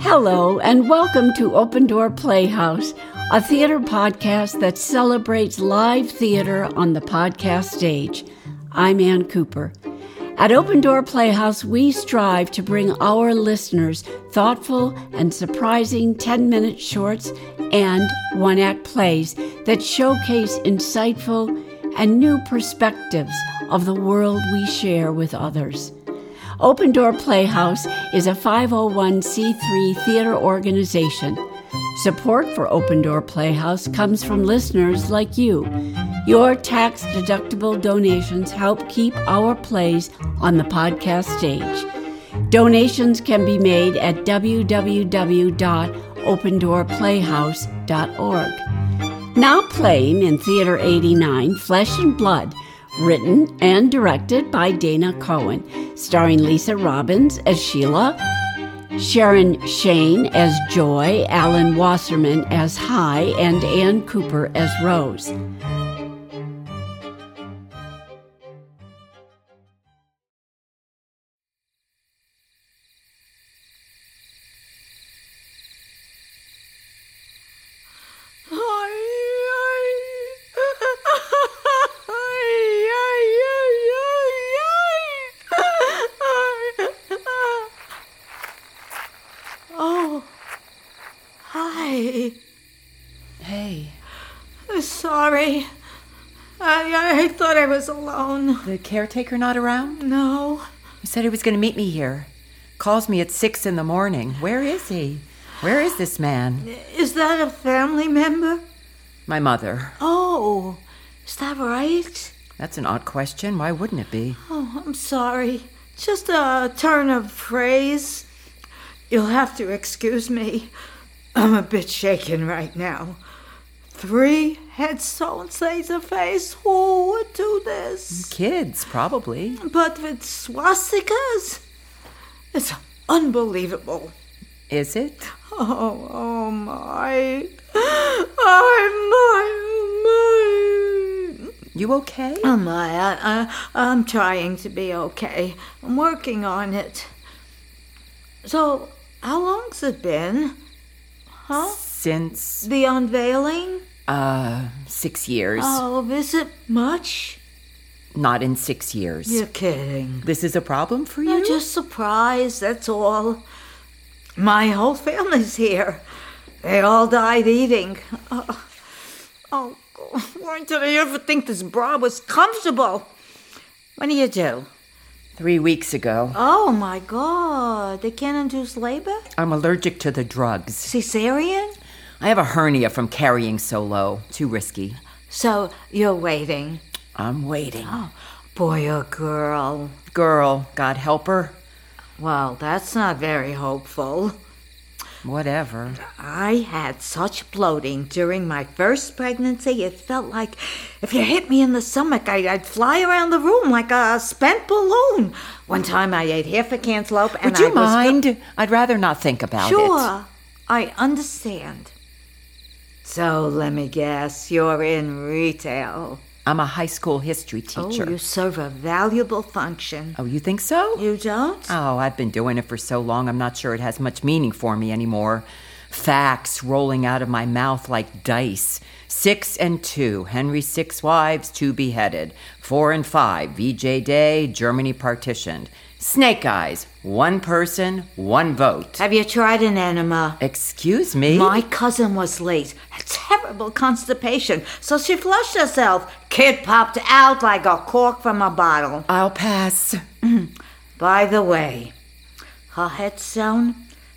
Hello, and welcome to Open Door Playhouse, a theater podcast that celebrates live theater on the podcast stage. I'm Ann Cooper. At Open Door Playhouse, we strive to bring our listeners thoughtful and surprising 10 minute shorts and one act plays that showcase insightful and new perspectives of the world we share with others. Open Door Playhouse is a 501c3 theater organization. Support for Open Door Playhouse comes from listeners like you. Your tax deductible donations help keep our plays on the podcast stage. Donations can be made at www.opendoorplayhouse.org. Now playing in Theater 89 Flesh and Blood written and directed by Dana Cohen, starring Lisa Robbins as Sheila, Sharon Shane as Joy, Alan Wasserman as High, and Ann Cooper as Rose. Oh, hi. Hey, I'm sorry. I, I thought I was alone. the caretaker not around? No. He said he was going to meet me here. Calls me at six in the morning. Where is he? Where is this man? Is that a family member? My mother. Oh, is that right? That's an odd question. Why wouldn't it be? Oh, I'm sorry. Just a turn of phrase. You'll have to excuse me. I'm a bit shaken right now. Three headstones face to face. Who would do this? Kids, probably. But with swastikas? It's unbelievable. Is it? Oh, oh my. Oh, my, my. You okay? Oh my, I, I, I'm trying to be okay. I'm working on it. So, how long's it been? Huh? Since, The unveiling? uh, six years. Oh, is it much? Not in six years. You're kidding. This is a problem for you? I'm just surprised, that's all. My whole family's here. They all died eating. Uh, oh, God, why did I ever think this bra was comfortable? When do you do? Three weeks ago. Oh, my God. They can't induce labor? I'm allergic to the drugs. Caesarean? I have a hernia from carrying so low. Too risky. So you're waiting. I'm waiting. Boy or girl? Girl, God help her. Well, that's not very hopeful. Whatever. I had such bloating during my first pregnancy, it felt like if you hit me in the stomach, I'd, I'd fly around the room like a spent balloon. One time I ate half a cantaloupe and Would you I was. mind? I'd rather not think about it. Sure, I understand. So let me guess, you're in retail. I'm a high school history Oh, teacher. you serve a valuable function. Oh, you think so? You don't? Oh, I've been doing it for so long, I'm not sure it has much meaning for me anymore. Facts rolling out of my mouth like dice. Six and two, Henry six wives, two beheaded. Four and five, VJ Day, Germany partitioned. Snake eyes, one person, one vote. Have you tried an enema? Excuse me? My cousin was late. A terrible constipation. So she flushed herself. Kid popped out like a cork from a bottle. I'll pass. By the way, her headstone?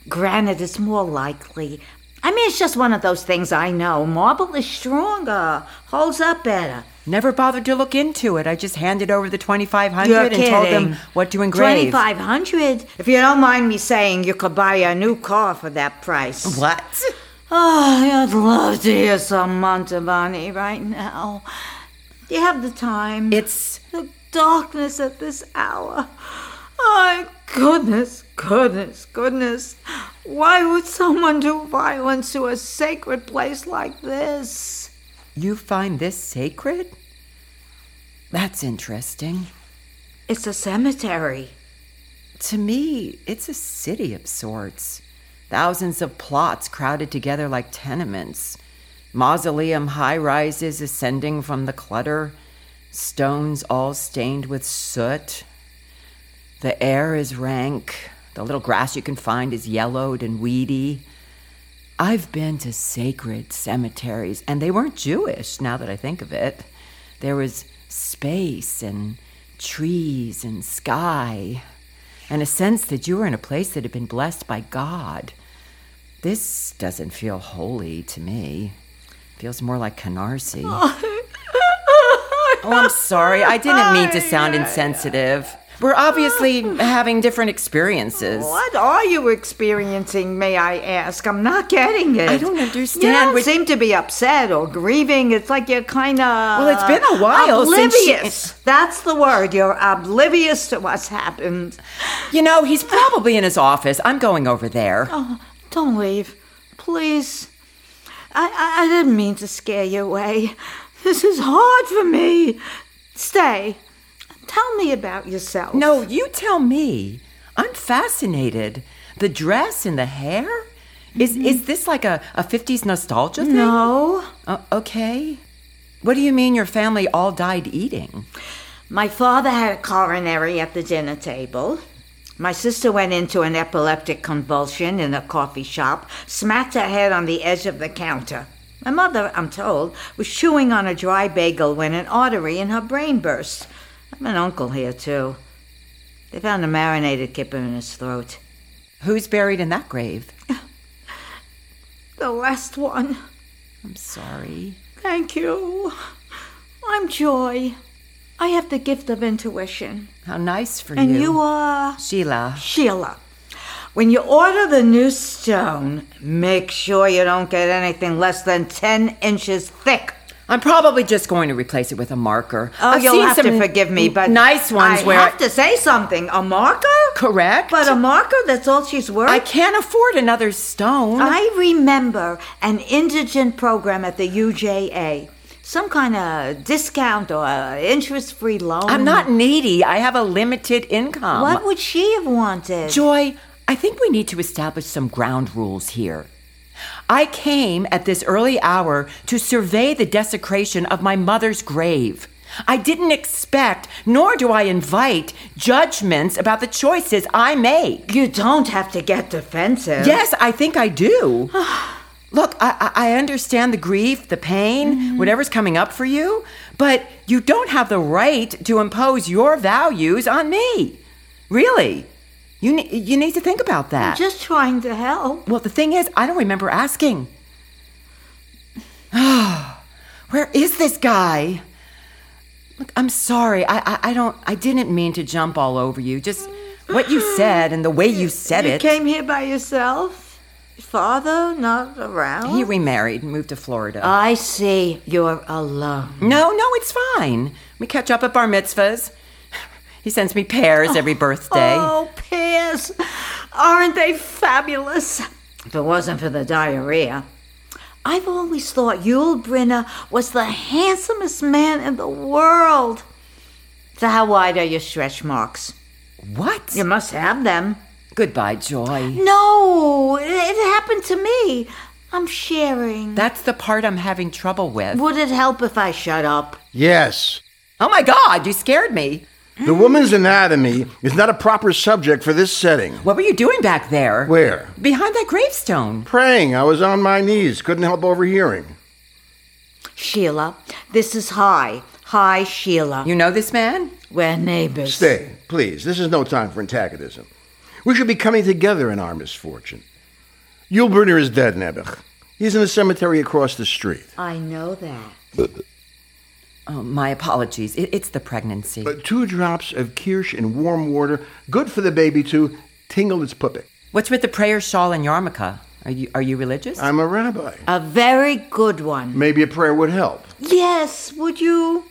Granite is more likely. I mean, it's just one of those things I know. Marble is stronger, holds up better. Never bothered to look into it. I just handed over the 2500 You're and kidding. told them what to engrave. 2500 If you don't mind me saying, you could buy a new car for that price. What? Oh, I'd love to hear some Montevanni right now. Do you have the time? It's the darkness at this hour. Oh, goodness, goodness, goodness. Why would someone do violence to a sacred place like this? you find this sacred? That's interesting. It's a cemetery. To me, it's a city of sorts. Thousands of plots crowded together like tenements. Mausoleum high rises ascending from the clutter. Stones all stained with soot. The air is rank. The little grass you can find is yellowed and weedy. I've been to sacred cemeteries, and they weren't Jewish now that I think of it. There was space and trees and sky, and a sense that you were in a place that had been blessed by God. This doesn't feel holy to me. It feels more like Canarsie. Oh, I'm sorry. I didn't mean to sound insensitive. We're obviously having different experiences. What are you experiencing, may I ask? I'm not getting it. I don't understand You don't what- seem to be upset or grieving. It's like you're kind of. Well, it's been a while since Oblivious. she- That's the word. You're oblivious to what's happened. You know, he's probably in his office. I'm going over there. Oh, don't leave, please. I, I I didn't mean to scare you away. This is hard for me. Stay. Tell me about yourself. No, you tell me. I'm fascinated. The dress and the hair? Is is this like a, a 50s nostalgia thing? Mm-hmm. No. O- okay. What do you mean your family all died eating? My father had a coronary at the dinner table. My sister went into an epileptic convulsion in a coffee shop, smacked her head on the edge of the counter. My mother, I'm told, was chewing on a dry bagel when an artery in her brain burst. I'm an uncle here, too. They found a marinated kipper in his throat. Who's buried in that grave? The last one. I'm sorry. Thank you. I'm Joy. I have the gift of intuition. How nice for And you. you are. Sheila. Sheila, when you order the new stone, make sure you don't get anything less than 10 inches thick. I'm probably just going to replace it with a marker. Oh, I've you'll seen have some to forgive me, but nice ones I where have to say something. A marker? correct. But a marker? That's all she's worth. I can't afford another stone. I remember an indigent program at the UJA. Some kind of discount or interest free loan. I'm not needy. I have a limited income. What would she have wanted? Joy, I think we need to establish some ground rules here. I came at this early hour to survey the desecration of my mother's grave. I didn't expect, nor do I invite, judgments about the choices I make. you don't have to get defensive. Yes, I think I do. Look, I, I I understand the grief, the pain, whatever's coming up for you, but you don't have the right to impose your values on me. Really. You, ne- you need to think about that. Just trying to help. Well, the thing is, I don't remember asking. Where is this guy? Look, I'm sorry. I, I I don't I didn't mean to jump all over you. Just what you said and the way you said You it. came here by yourself? Father not around? He remarried and moved to Florida. I see you're alone. no, no, it's fine. We catch up at bar mitzvahs. He sends me pears every birthday. Oh, pears. Aren't they fabulous? If it wasn't for the diarrhea. I've always thought Yul Brynner was the handsomest man in the world. So how wide are your stretch marks? What? You must have them. Goodbye, Joy. No, it it happened to me. I'm sharing. That's the part I'm having trouble with. Would it help if I shut up? Yes. Oh my god, you scared me. The woman's anatomy is not a proper subject for this setting. What were you doing back there? Where? Behind that gravestone. Praying. I was on my knees. Couldn't help overhearing. Sheila, this is High. Hi, Sheila. You know this man? We're neighbors. Stay, please. This is no time for antagonism. We should be coming together in our misfortune. Yul Brynner is dead, Nebuch. He's in the cemetery across the street. I know that. Oh, my apologies. It, it's the pregnancy. But two drops of kirsch in warm water, good for the baby too, tingled its puppet. What's with the prayer shawl and yarmulke? Are you are you religious? I'm a rabbi. A very good one. Maybe a prayer would help. Yes, would you?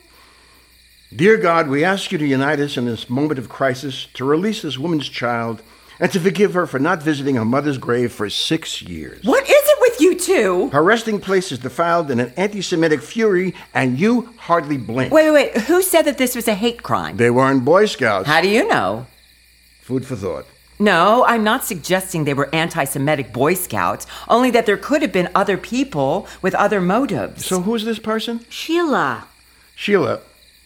Dear God, we ask you to unite us in this moment of crisis, to release this woman's child, and to forgive her for not visiting her mother's grave for six years. what is it with you two? Her resting place is defiled in an anti Semitic fury, and you hardly blink. Wait, wait, wait. Who said that this was a hate crime? They weren't Boy Scouts. How do you know? Food for thought. No, I'm not suggesting they were anti Semitic Boy Scouts, only that there could have been other people with other motives. So who's this person? Sheila. Sheila,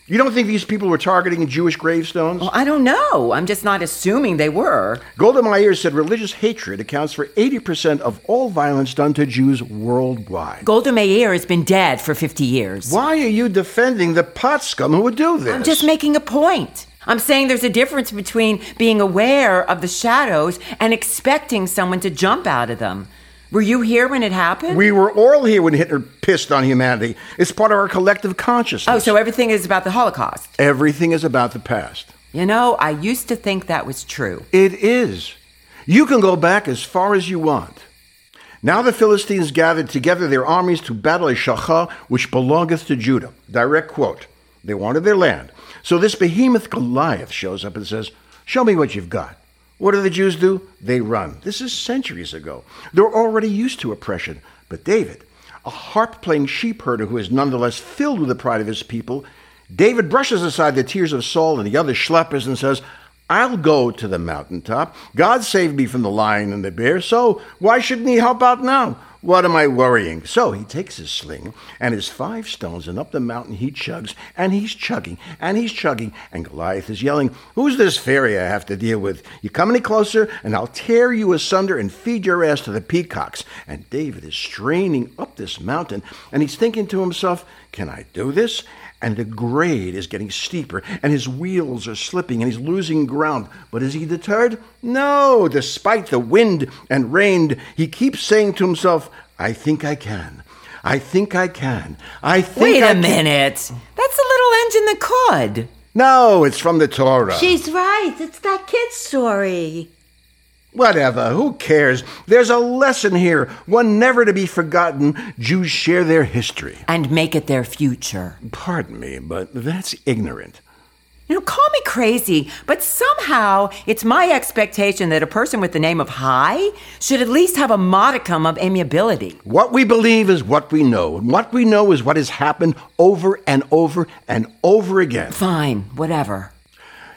you don't think these people were targeting Jewish gravestones? I don't know. I'm just not assuming they were. Golda Meir said religious hatred accounts for 80% of all violence done to Jews worldwide. Golda Meir has been dead for 50 years. Why are you defending the pot scum who would do this? I'm just making a point. I'm saying there's a difference between being aware of the shadows and expecting someone to jump out of them. Were you here when it happened? We were all here when Hitler pissed on humanity. It's part of our collective consciousness. oh, so everything is about the Holocaust. Everything is about the past. You know, I used to think that was true. It is. You can go back as far as you want. Now the Philistines gathered together their armies to battle a shachah which belongeth to Judah. Direct quote. They wanted their land. So this behemoth Goliath shows up and says, Show me what you've got. What do the Jews do? They run. This is centuries ago. They're already used to oppression. But David, a harp playing sheep herder who is nonetheless filled with the pride of his people, David brushes aside the tears of Saul and the other schleppers and says, I'll go to the mountaintop. God saved me from the lion and the bear, so why shouldn't he help out now? What am I worrying? So he takes his sling and his five stones, and up the mountain he chugs, and he's chugging, and he's chugging, and Goliath is yelling, Who's this fairy I have to deal with? You come any closer, and I'll tear you asunder and feed your ass to the peacocks. And David is straining up this mountain, and he's thinking to himself, Can I do this? and the grade is getting steeper, and his wheels are slipping, and he's losing ground. But is he deterred? No, despite the wind and rain, he keeps saying to himself, I think I can. I think I can. I think Wait I a can." minute. That's a little engine that could. No, it's from the Torah. She's right. It's that kid's story. Whatever, who cares? There's a lesson here, one never to be forgotten. Jews share their history. And make it their future. Pardon me, but that's ignorant. You know, call me crazy, but somehow it's my expectation that a person with the name of High should at least have a modicum of amiability. What we believe is what we know, and what we know is what has happened over and over and over again. Fine, whatever.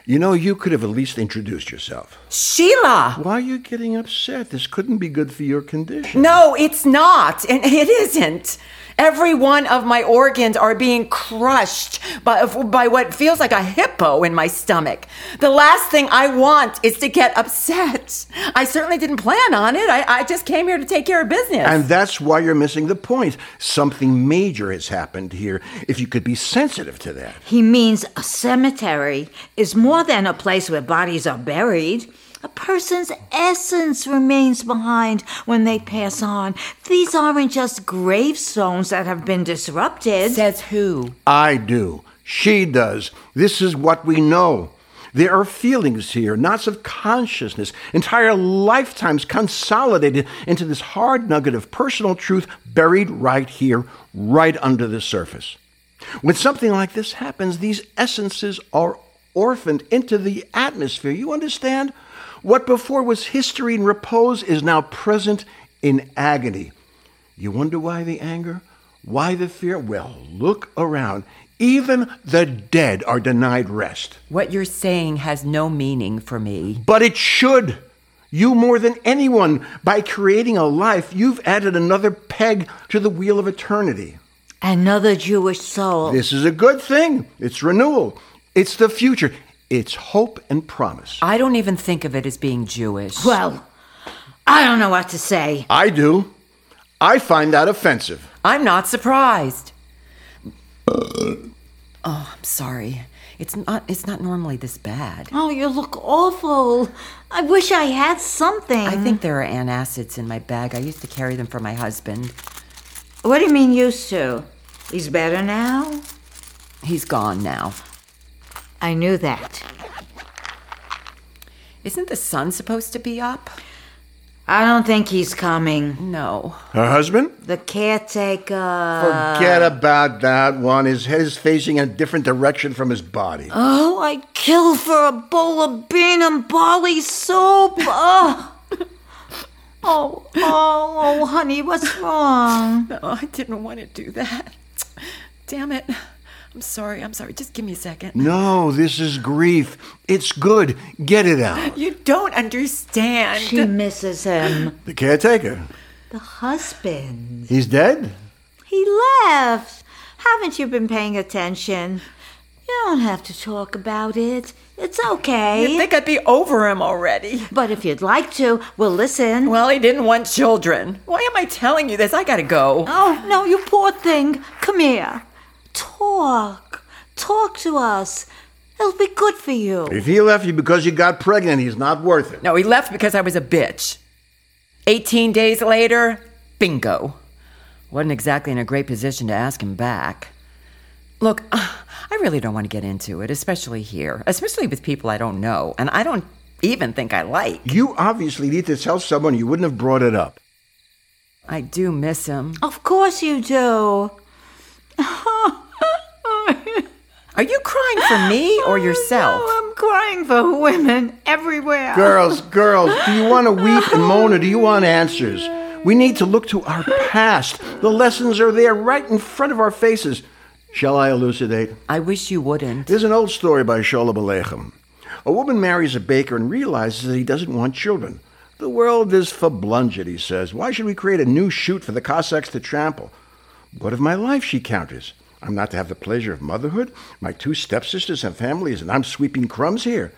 You know, you could have at least introduced yourself. Sheila! Why are you getting upset? This couldn't be good for your condition. No, it's not, and it isn't. Every one of my organs are being crushed by, by what feels like a hippo in my stomach. The last thing I want is to get upset. I certainly didn't plan on it. I, I just came here to take care of business. And that's why you're missing the point. Something major has happened here. If you could be sensitive to that. He means a cemetery is more than a place where bodies are buried. A person's essence remains behind when they pass on. These aren't just gravestones that have been disrupted. Says who? I do. She does. This is what we know. There are feelings here, knots of consciousness, entire lifetimes consolidated into this hard nugget of personal truth buried right here, right under the surface. When something like this happens, these essences are orphaned into the atmosphere. You understand? What before was history and repose is now present in agony. You wonder why the anger? Why the fear? Well, look around. Even the dead are denied rest. What you're saying has no meaning for me. But it should. You, more than anyone, by creating a life, you've added another peg to the wheel of eternity. Another Jewish soul. This is a good thing. It's renewal, it's the future, it's hope and promise. I don't even think of it as being Jewish. well, I don't know what to say. I do. I find that offensive. I'm not surprised. oh, I'm sorry. It's not it's not normally this bad. Oh, you look awful. I wish I had something. I think there are antacids in my bag. I used to carry them for my husband. What do you mean used to? He's better now? He's gone now. I knew that. Isn't the sun supposed to be up? I don't think he's coming. No. Her husband? The caretaker. Forget about that one. His head is facing a different direction from his body. Oh, I'd kill for a bowl of bean and barley soup. Oh, oh, oh, oh, honey, what's wrong? No, I didn't want to do that. Damn it. I'm sorry. I'm sorry. Just give me a second. No, this is grief. It's good. Get it out. You don't understand. She misses him. The caretaker. The husband. He's dead? He left. Haven't you been paying attention? You don't have to talk about it. It's You'd okay. think I'd be over him already. but if you'd like to, we'll listen. Well, he didn't want children. Why am I telling you this? I gotta go. Oh, no, you poor thing. Come here. Talk. Talk to us. It'll be good for you. If he left you because you got pregnant, he's not worth it. No, he left because I was a bitch. 18 days later, bingo. Wasn't exactly in a great position to ask him back. Look, I really don't want to get into it, especially here, especially with people I don't know, and I don't even think I like. You obviously need to tell someone you wouldn't have brought it up. I do miss him. Of course you do. Are you crying for me or yourself? Oh, I'm crying for women everywhere. Girls, girls, do you want to weep and moan or do you want answers? We need to look to our past. The lessons are there right in front of our faces. Shall I elucidate? I wish you wouldn't. There's an old story by Shola Balechem. A woman marries a baker and realizes that he doesn't want children. The world is fablunged, he says. Why should we create a new shoot for the Cossacks to trample? What of my life, she counters. I'm not to have the pleasure of motherhood, my two stepsisters have families, and I'm sweeping crumbs here.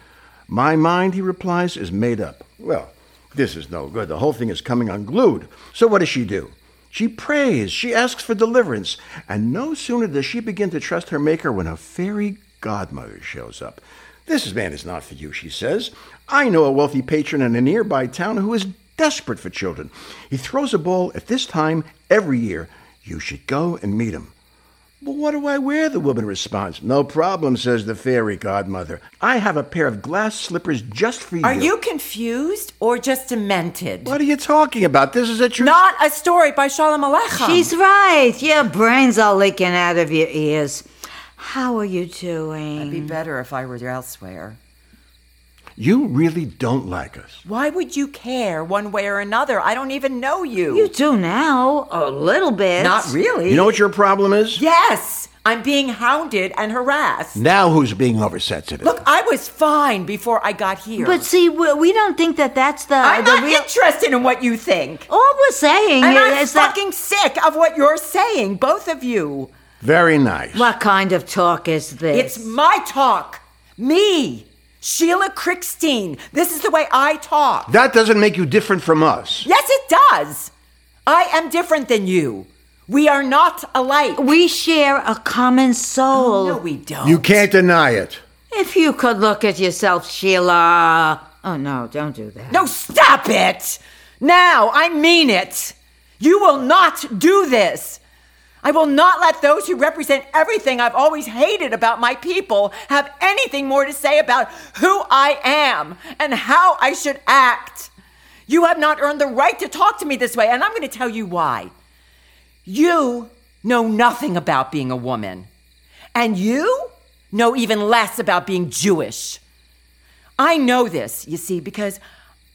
My mind, he replies, is made up. Well, this is no good. The whole thing is coming unglued. So what does she do? She prays, she asks for deliverance, and no sooner does she begin to trust her maker when her fairy godmother shows up. This man is not for you, she says. I know a wealthy patron in a nearby town who is desperate for children. He throws a ball at this time every year. You should go and meet him. But what do I wear? The woman responds. No problem, says the fairy godmother. I have a pair of glass slippers just for you. Are you confused or just demented? What are you talking about? This is a true. Not a story by Shalom Aleichem. She's right. Your brains are leaking out of your ears. How are you It'd doing? be better if I were elsewhere. You really don't like us. Why would you care one way or another? I don't even know you. You do now, a little bit. Not really. You know what your problem is? Yes, I'm being hounded and harassed. Now who's being oversensitive? Look, I was fine before I got here. But see, we, we don't think that that's the. I'm the not real- interested in what you think. All we're saying And I'm is that. fucking sick of what you're saying, both of you. Very nice. What kind of talk is this? It's my talk. Me, Sheila Crickstein. This is the way I talk. That doesn't make you different from us. Yes, it does. I am different than you. We are not alike. we share a common soul. Oh, No, we don't. You can't deny it. If you could look at yourself, Sheila. Oh, no, don't do that. No, stop it! Now, I mean it. You will not do this. I will not let those who represent everything I've always hated about my people have anything more to say about who I am and how I should act. You have not earned the right to talk to me this way, and I'm going to tell you why. You know nothing about being a woman, and you know even less about being Jewish. I know this, you see, because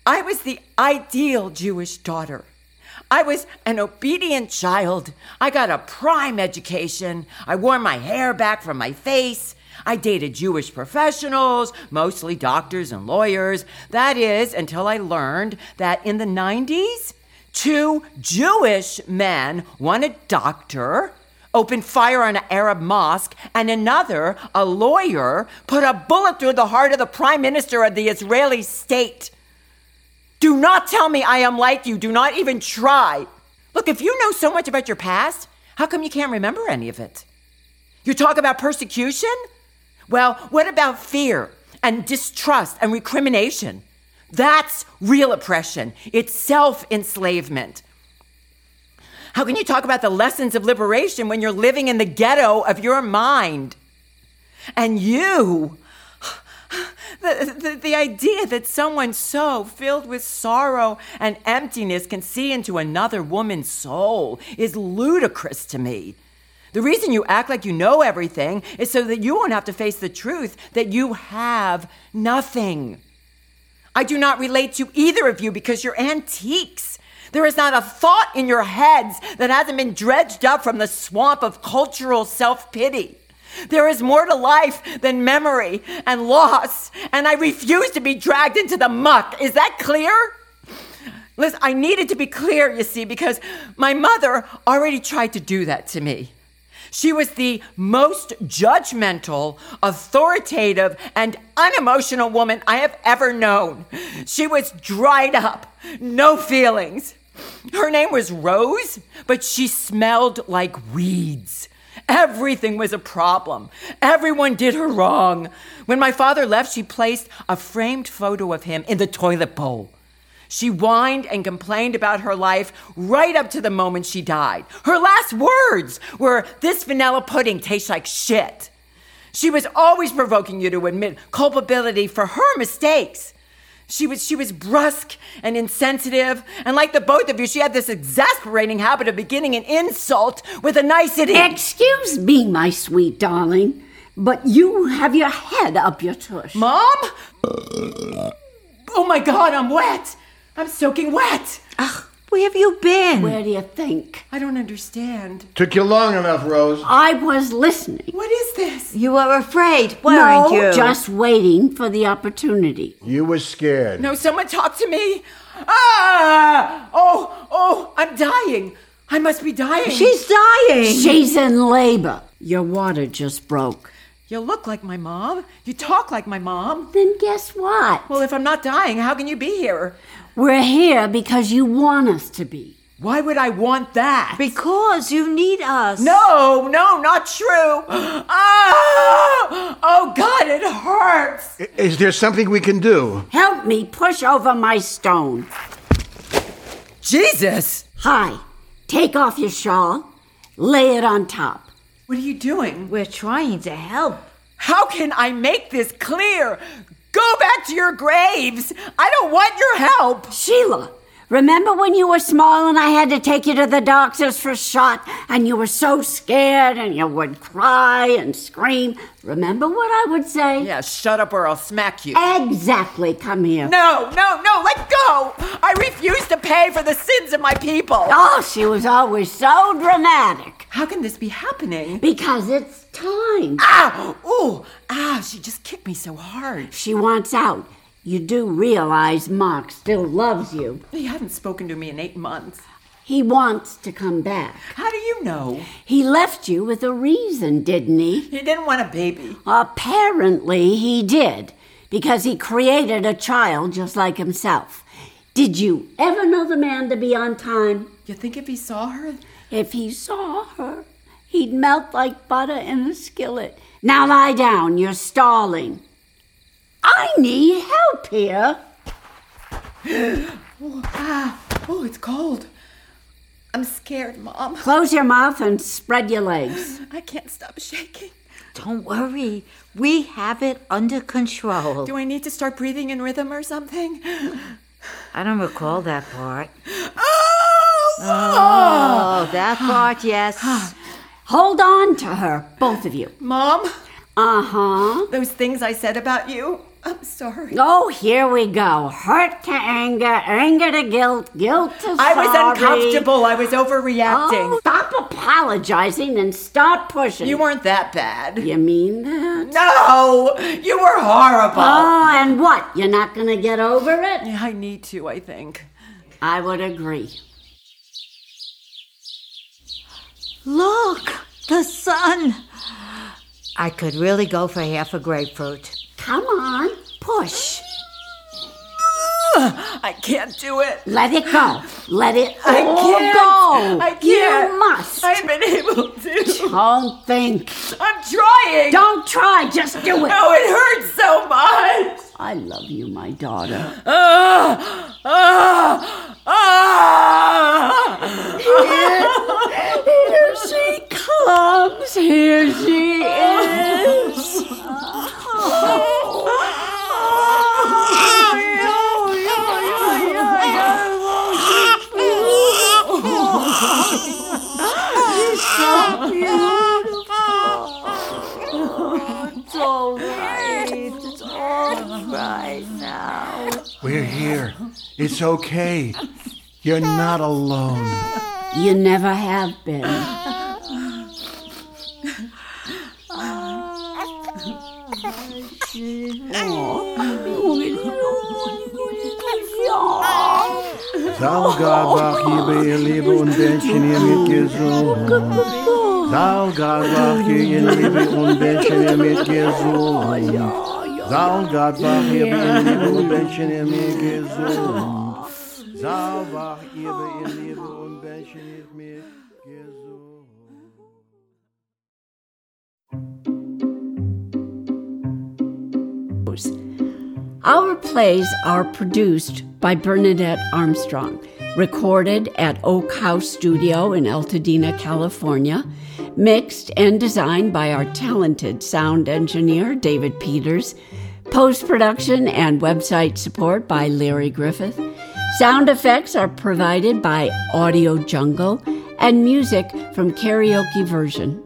I was the ideal Jewish daughter. I was an obedient child. I got a prime education. I wore my hair back from my face. I dated Jewish professionals, mostly doctors and lawyers. That is, until I learned that in the 90s, two Jewish men, one a doctor, opened fire on an Arab mosque, and another, a lawyer, put a bullet through the heart of the prime minister of the Israeli state. Do not tell me I am like you. Do not even try. Look, if you know so much about your past, how come you can't remember any of it? You talk about persecution? Well, what about fear and distrust and recrimination? That's real oppression. It's self enslavement. How can you talk about the lessons of liberation when you're living in the ghetto of your mind? And you, the, the, the idea that someone so filled with sorrow and emptiness can see into another woman's soul is ludicrous to me. The reason you act like you know everything is so that you won't have to face the truth that you have nothing. I do not relate to either of you because you're antiques. There is not a thought in your heads that hasn't been dredged up from the swamp of cultural self pity. There is more to life than memory and loss, and I refuse to be dragged into the muck. Is that clear? Liz, I needed to be clear, you see, because my mother already tried to do that to me. She was the most judgmental, authoritative, and unemotional woman I have ever known. She was dried up, no feelings. Her name was Rose, but she smelled like weeds. Everything was a problem. Everyone did her wrong. When my father left, she placed a framed photo of him in the toilet bowl. She whined and complained about her life right up to the moment she died. Her last words were, This vanilla pudding tastes like shit. She was always provoking you to admit culpability for her mistakes. She was, she was brusque and insensitive, and like the both of you, she had this exasperating habit of beginning an insult with a nicety. Excuse me, my sweet darling, but you have your head up your tush. Mom? Oh my god, I'm wet! I'm soaking wet! Where have you been? Where do you think? I don't understand. Took you long enough, Rose. I was listening. What is this? You were afraid, weren't no, you? just waiting for the opportunity. You were scared. No, someone talk to me. Ah! Oh, oh, I'm dying. I must be dying. She's dying. She's in labor. Your water just broke. You look like my mom. You talk like my mom. Then guess what? Well, if I'm not dying, how can you be here? We're here because you want us to be. Why would I want that? because you need us. no, no, not true. Ah! Oh god, it hurts. I- Is there something we can do? Help me push over my stone. Jesus. Hi, take off your shawl, lay it on top. What are you doing? We're trying to help. How can I make this clear? Go back to your graves. I don't want your help. Sheila, remember when you were small and I had to take you to the doctors for a shot and you were so scared and you would cry and scream? Remember what I would say? Yeah, shut up or I'll smack you. Exactly, come here. No, no, no, let go! I refuse to pay for the sins of my people! Oh, she was always so dramatic. How can this be happening? Because it's time. Ah! Ooh! Ah, she just kicked me so hard. She wants out. You do realize Mark still loves you. They haven't spoken to me in eight months. He wants to come back. How do you know? He left you with a reason, didn't he? He didn't want a baby. Apparently, he did, because he created a child just like himself. Did you ever know the man to be on time? You think if he saw her? If he saw her, he'd melt like butter in a skillet. Now lie down, you're stalling. I need help here. Ah! Oh, it's cold. I'm scared, Mom. Close your mouth and spread your legs. I can't stop shaking. Don't worry. We have it under control. Do I need to start breathing in rhythm or something? I don't recall that part. Oh! Ah. Oh, that part, yes. Hold on to her, both of you. Mom, Uh huh. those things I said about you, I'm sorry. Oh, here we go. Hurt to anger, anger to guilt, guilt to sorry. I was uncomfortable. I was overreacting. Oh, stop apologizing and start pushing. You weren't that bad. You mean that? No, you were horrible. Oh, and what? You're not gonna get over it? Yeah, I need to, I think. I would agree. Look, the sun. I could really go for half a grapefruit. Come on, push. I can't do it. Let it go. Let it I all can't. go. I can't. You must. I haven't been able to. Don't think. I'm trying. Don't try. Just do it. No, it hurts so much. I love you, my daughter. Ah, ah, ah. Here she comes. Here she is. Oh. We're here. It's okay. You're not alone. You never have been. Salgad wach hier ihr Liebe und Bändchen ihr mit gesungen. Salgad wach hier ihr Liebe und Bändchen ihr mit gesungen. Salgad wach hier ihr Liebe und Bändchen ihr mit gesungen. Salgad wach hier ihr Liebe und Bändchen ihr mit gesungen. Our plays are produced by Bernadette Armstrong, recorded at Oak House Studio in Altadena, California, mixed and designed by our talented sound engineer, David Peters, post production and website support by Larry Griffith. Sound effects are provided by Audio Jungle and music from Karaoke Version.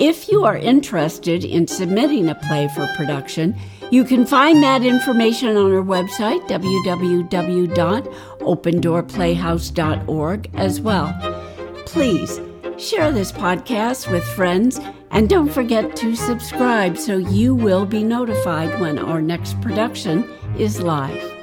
If you are interested in submitting a play for production, you can find that information on our website, www.opendoorplayhouse.org, as well. Please share this podcast with friends and don't forget to subscribe so you will be notified when our next production is live.